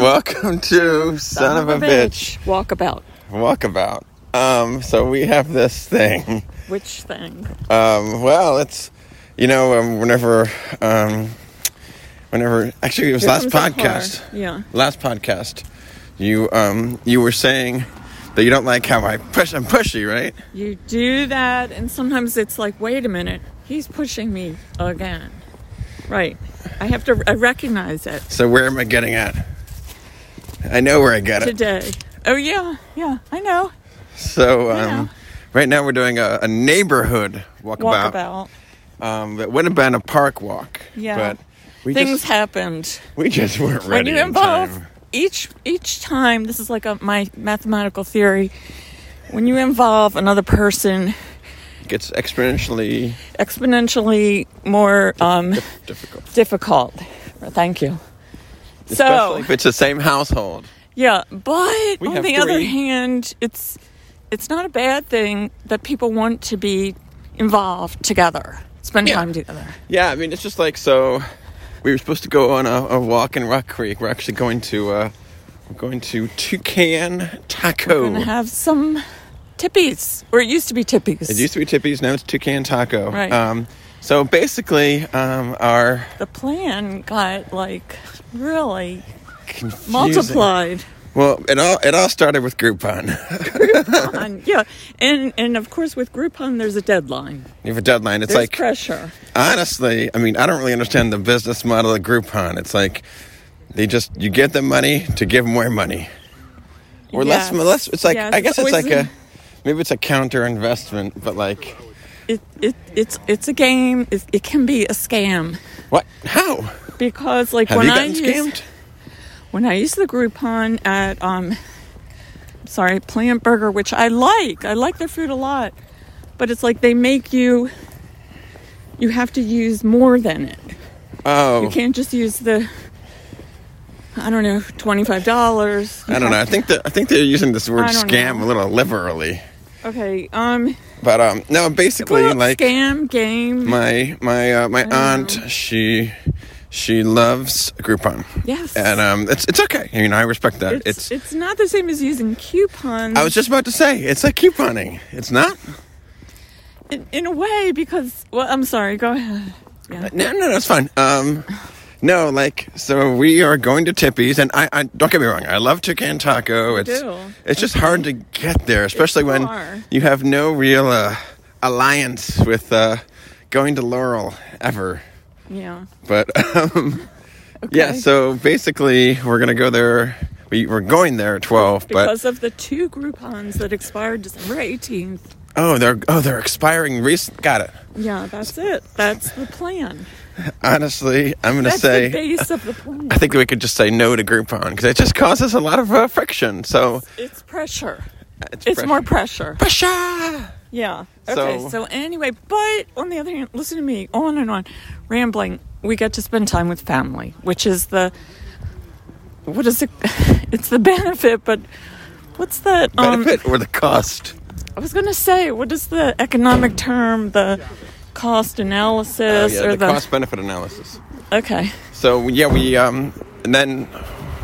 Welcome to Son of a Bitch Walkabout. Walkabout. Um, so we have this thing. Which thing? Um, well, it's you know um, whenever um, whenever actually it was Here last comes the car. podcast. Yeah. Last podcast, you um you were saying that you don't like how I push. I'm pushy, right? You do that, and sometimes it's like, wait a minute, he's pushing me again. Right. I have to I recognize it So where am I getting at? I know where I got it. today. Oh, yeah, yeah, I know. So um, know. right now we're doing a, a neighborhood walkabout. Walkabout. Um, that would have been a park walk. Yeah. But we Things just happened. we just weren't When ready. you in involve time. each each time, this is like a, my mathematical theory. When you involve another person, gets exponentially exponentially more um, difficult. difficult. Thank you. Especially So if it's the same household. yeah, but We on the have other three. hand, it's it's not a bad thing that people want to be involved together, spend Yeah. time together. Yeah, I mean it's just like so. We were supposed to go on a, a walk in Rock Creek. We're actually going to uh, we're going to Toucan Taco. And have some tippies, or it used to be tippies. It used to be Tippy's, now it's Toucan Taco. Right. Um, so basically, um, our the plan got like really confusing- multiplied. Well, it all it all started with Groupon. and, yeah, and and of course with Groupon, there's a deadline. you have a deadline. It's There's like pressure. honestly, I mean, I don't really understand the business model of Groupon. It's like they just you get them money to give more money, or less. Yes. Less. It's like Yes, I guess it's always like a in- maybe it's a counter investment, but like It, it it's it's a game. It, it can be a scam. what? How because like have when you I gotten used scammed? when I used the Groupon at um sorry Plant Burger, which I like, I like their food a lot, but it's like they make you you have to use more than it. You Oh, can't just use the I don't know twenty five dollars. I don't know. I think that I think they're using this word I don't scam know. a little liberally, Okay, um, but um, no, basically well, like scam game. my my uh, my aunt she she loves Groupon. Yes. and um, it's it's okay. You know, I respect that. it's, it's not the same as using coupons. I was just about to say, it's like couponing. It's not? in, in a way because well, I'm sorry. Go ahead. Yeah. No, no, no, it's fine. Um, no, like, so we are going to Tippy's, and I, I don't get me wrong, I love Toucan Taco. It's, do. it's just hard to get there, especially when far. you have no real uh, alliance with uh, going to Laurel ever. Yeah. But um, yeah, so basically, we're going to go there. We, we're going there at 12, but because of the two Groupons that expired December 18th. oh, they're oh they're expiring recent. Got it. Yeah, that's it. That's the plan. Honestly, I'm gonna That's say the base of the plan. I think we could just say no to Groupon because it just causes a lot of uh, friction. So It's pressure. it's, It's fresh- more pressure. pressure. Yeah. Okay, So- so, anyway, but on the other hand, listen to me on and on, rambling. We get to spend time with family, which is the, what is it? It's the benefit, but what's that? um, Benefit or the cost? I was going to say, what is the economic term, the cost Oh, analysis yeah, or the the, cost benefit analysis. okay. So yeah, we um and then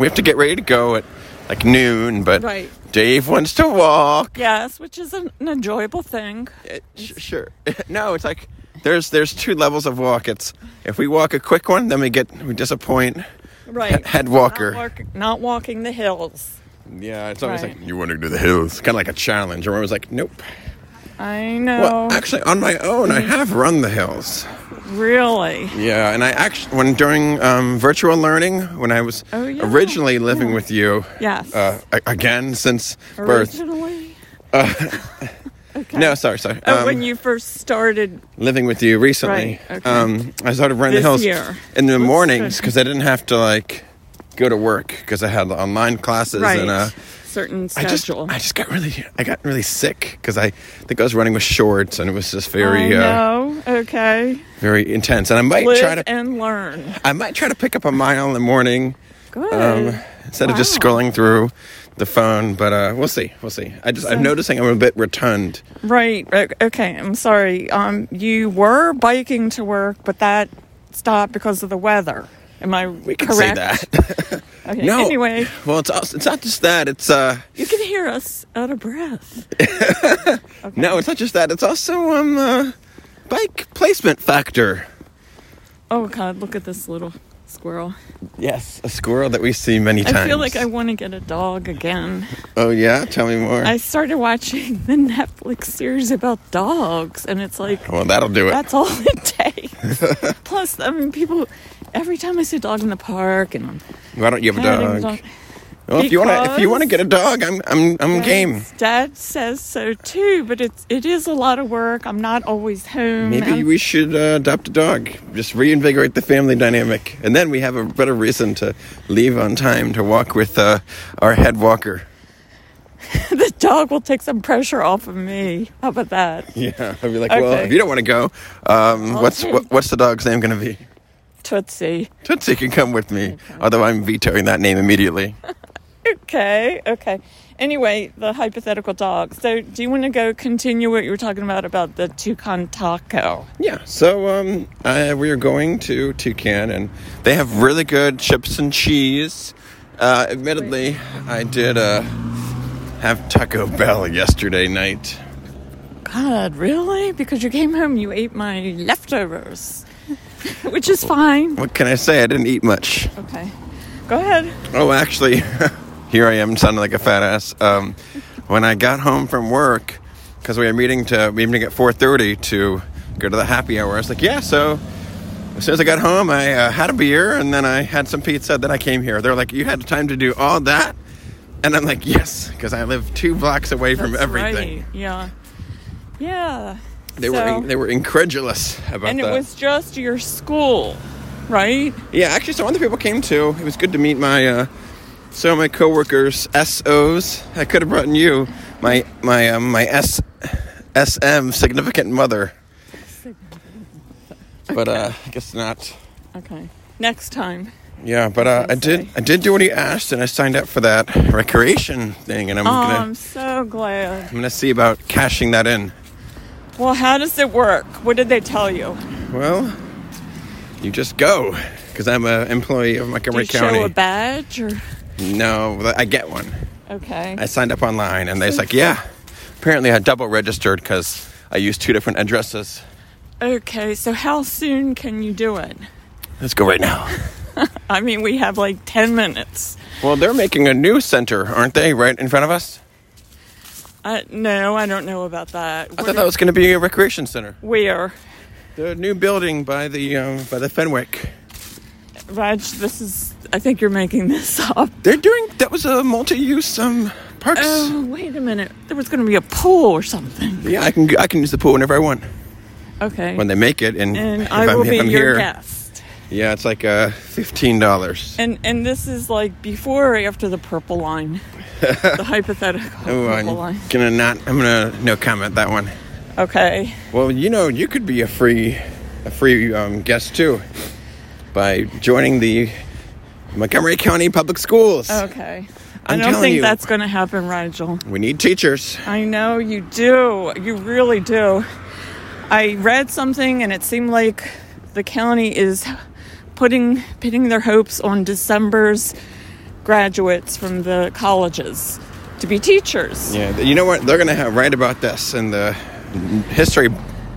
we have to get ready to go at like noon, but Right. Dave wants to walk. Yes, which is an, an enjoyable thing. It, sh- sure. no, it's like there's there's two levels of walk. It's if we walk a quick one, then we get we disappoint. Right. head walker. Not, walk- not walking the hills. Yeah, it's always Right. like you want to do the hills, kind of like a challenge. And I was like, nope. I know. Well, actually, on my own, I have run the hills. really. Yeah, and I actually, when during um, virtual learning, when I was Oh, yeah. originally living with you, Yes. uh, a- again since birth. Um, Originally. okay. No, sorry, sorry. Oh, um, when you first started, living with you recently, Right, okay. um, I started running This the hills year. in the Looks mornings good. because I didn't have to like go to work because I had online classes right? and uh, certain I just schedule. I just got really I got really sick because I think I was running with shorts and it was just Oh, very uh, know. Okay. very intense and I might Live try to and learn. I might try to pick up a mile in the morning Good. um, instead of just Wow. scrolling through the phone. But uh, we'll see. We'll see. I just I'm So- noticing I'm a bit rotund. Right. o- Okay. I'm sorry. Um, you were biking to work, but that stopped because of the weather. Am I We can correct? say that. Okay. No. Anyway, Well, it's also, it's not just that. It's uh you can hear us out of breath. Okay. no, it's not just that. It's also um uh, bike placement factor. Oh God! Look at this little squirrel. Yes, a squirrel that we see many times. I feel like I want to get a dog again. Oh yeah, tell me more. I started watching the Netflix series about dogs, and it's like well, that'll do it. that's all it takes. Plus, I mean, people. Every time I see a dog in the park, and I'm Why don't you have petting a the dog? Well, if you want to, if you want to get a dog, I'm I'm I'm game. Dad says so too, but it's it is a lot of work. I'm not always home. Maybe I'm- we should uh, adopt a dog. Just reinvigorate the family dynamic, and then we have a better reason to leave on time to walk with uh, our head walker. the dog will take some pressure off of me. How about that? Yeah, I'd be like, well, Okay. if you don't want to go, um, what's Okay. what, what's the dog's name going to be? Tootsie. Tootsie can come with me, although I'm vetoing that name immediately. Okay, okay. Anyway, the hypothetical dog. So, do you want to go continue what you were talking about about the toucan taco? Yeah, so um, uh, we are going to Toucan, and they have really good chips and cheese. Uh, admittedly, I did uh, have Taco Bell yesterday night. God, really? Because you came home, you ate my leftovers, which is fine. What can I say? I didn't eat much. Okay, go ahead. Oh, actually, here I am sounding like a fat ass. Um, when I got home from work, because we were meeting to we were meeting at four thirty to go to the happy hour, I was like, yeah. So as soon as I got home, I uh, had a beer and then I had some pizza. Then I came here. They're like, you had time to do all that, and I'm like, yes, because I live two blocks away from That's everything. right. Yeah, yeah. They So- were they were incredulous about and it that. was just your school, right? Yeah, actually, some other people came too. It was good to meet my uh, some of my coworkers, SOs. I could have brought in you, my my um, my S SM significant mother. But uh, I guess not. Okay, next time. Yeah, but uh, I did I did do what he asked, and I signed up for that recreation thing, and I'm Oh, gonna I'm so glad. I'm gonna see about cashing that in. Well, how does it work? What did they tell you? Well, you just go because I'm an employee of Do you Montgomery show a County. badge or? No, but I get one. Okay. I signed up online and they was like, yeah. Apparently, I double registered because I used two different addresses. Okay, so how soon can you do it? Let's go right now. I mean, we have like 10 minutes. Well, they're making a new center, aren't they? Right in front of us. Uh, no, I don't know about that. I What thought are- that was going to be a recreation center. Where? The new building by the um, by the Fenwick. Raj, this is, I think you're making this up. They're doing that was a multi-use um parks. Oh, wait a minute. There was going to be a pool or something. Yeah, I can I can use the pool whenever I want Okay. when they make it, and, and if I I'm, will if be I'm your here, guest. yeah, it's like uh fifteen dollars. And and this is like before or after the purple line? the hypothetical Oh, purple I'm line. gonna not. I'm gonna no comment that one. Okay. Well, you know, you could be a free, a free um, guest too, by joining the Montgomery County Public Schools. Oh, Okay. I'm I do not telling think you. that's going to happen, Rigel. We need teachers. I know you do. You really do. I read something and it seemed like the county is putting pinning their hopes on December's graduates from the colleges to be teachers. Yeah, you know what? They're gonna have write about this in the history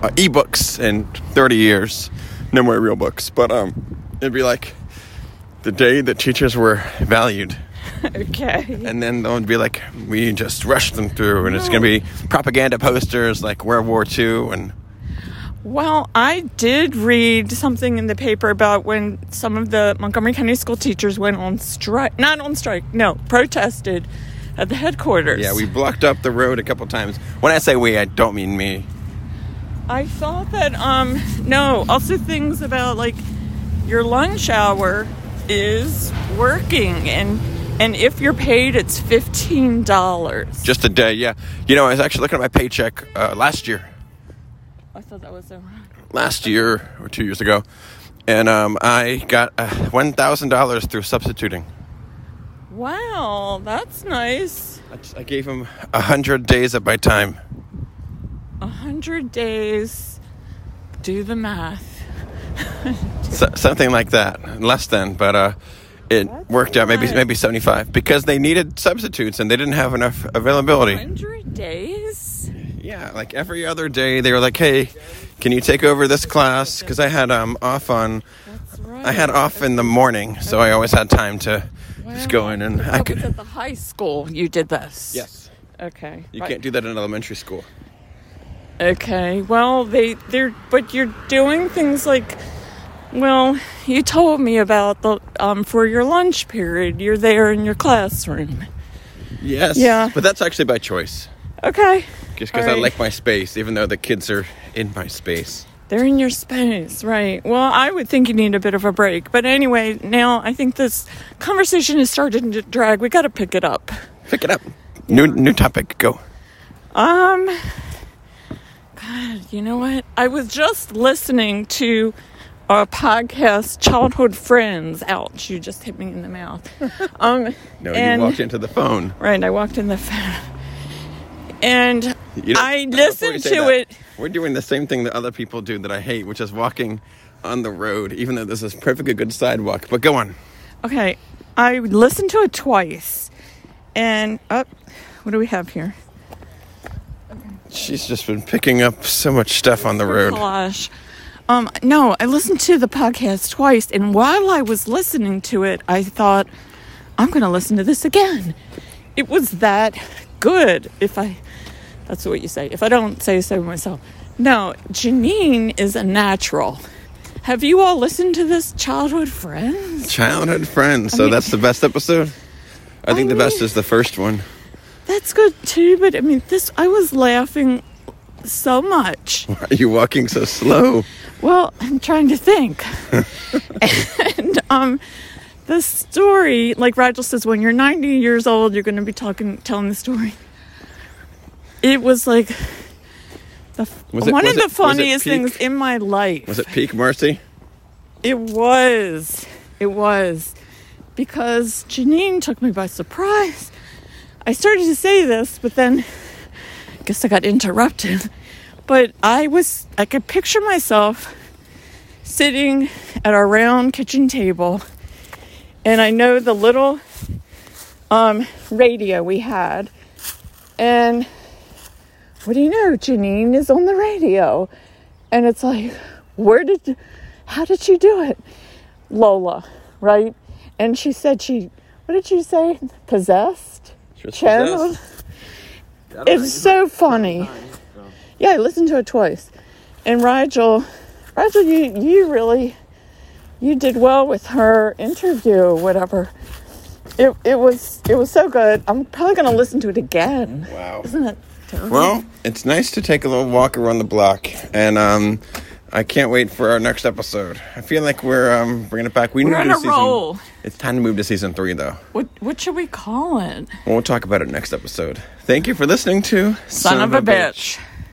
uh, ebooks in 30 years. No more real books, but um, it'd be like the day that teachers were valued, Okay. and then they'll be like, we just rushed them through, and it's gonna be propaganda posters like World War II and. Well, I did read something in the paper about when some of the Montgomery County school teachers went on strike, not on strike, no, protested at the headquarters. Yeah, we blocked up the road a couple times. When I say we, I don't mean me. I thought that um no, also things about like your lunch hour is working and and if you're paid it's fifteen dollars. Just a day, yeah. You know, I was actually looking at my paycheck uh, last year, I thought that was so wrong. last year or two years ago, and um, I got uh, one thousand dollars through substituting. Wow, that's nice. I, just- I gave him a hundred days of my time. A hundred days. Do the math. S- something like that, less than. But uh, it That's worked out maybe nice. maybe 75 because they needed substitutes and they didn't have enough availability. 100 days? Yeah, like every other day they were like, "Hey, can you take over this class?" Because I had um off on That's right. I had off in the morning, so I always had time to just go in and I That was could. at the high school you did this. Yes, Okay. you But- can't do that in elementary school. Okay. Well, they they're but you're doing things like well, you told me about the um for your lunch period. You're there in your classroom. Yes. Yeah. But that's actually by choice. Okay. Just because I Alright. like my space, even though the kids are in my space. They're in your space, right? Well, I would think you need a bit of a break. But anyway, now I think this conversation is starting to drag. We got to pick it up. Pick it up. New new topic. Go. Um, God, you know what? I was just listening to a podcast, Childhood Friends. Ouch, you just hit me in the mouth. Um, No, and, you walked into the phone. Right, I walked in the phone. And You don't- I before you listened say to that, it. We're doing the same thing that other people do that I hate, which is walking on the road, even though this is perfectly good sidewalk. But go on. Okay, I listened to it twice. And, up, what do we have here? She's just been picking up so much stuff on the road. Collage. Um, no, I listened to the podcast twice, and while I was listening to it, I thought, I'm going to listen to this again. It was that good. If I, that's what you say. If I don't say so myself. No, Janine is a natural. Have you all listened to this, childhood friends? Childhood friends. So mean- that's the best episode? I think the best is the first one. That's good too, but I mean, this, I was laughing so much. Why are you walking so slow? Well, I'm trying to think. and um, the story, like Rachel says, when you're 90 years old, you're going to be talking, telling the story. It was like the f Was it- one was of the it- was it funniest peak? things in my life. Was it Peak Mercy? It was. It was. Because Janine took me by surprise. I started to say this, but then I guess I got interrupted. But I was, I could picture myself sitting at our round kitchen table, and I know the little um, radio we had. And what do you know? Janine is on the radio. And it's like, where did, how did she do it? Lola, right? And she said she, what did she say? Possessed? She was Channeled? It's so funny. Yeah, I listened to it twice. And Rigel, Rigel, you, you really, you did well with her interview, whatever. It, it was it was so good. I'm probably gonna listen to it again. Wow. Isn't that terrible? Well, it's nice to take a little walk around the block, and um, I can't wait for our next episode. I feel like we're um, bringing it back. We We're need to on do a season- roll. It's time to move to season three, though. What what should we call it? We'll talk about it next episode. Thank you for listening to Son, of, a bitch.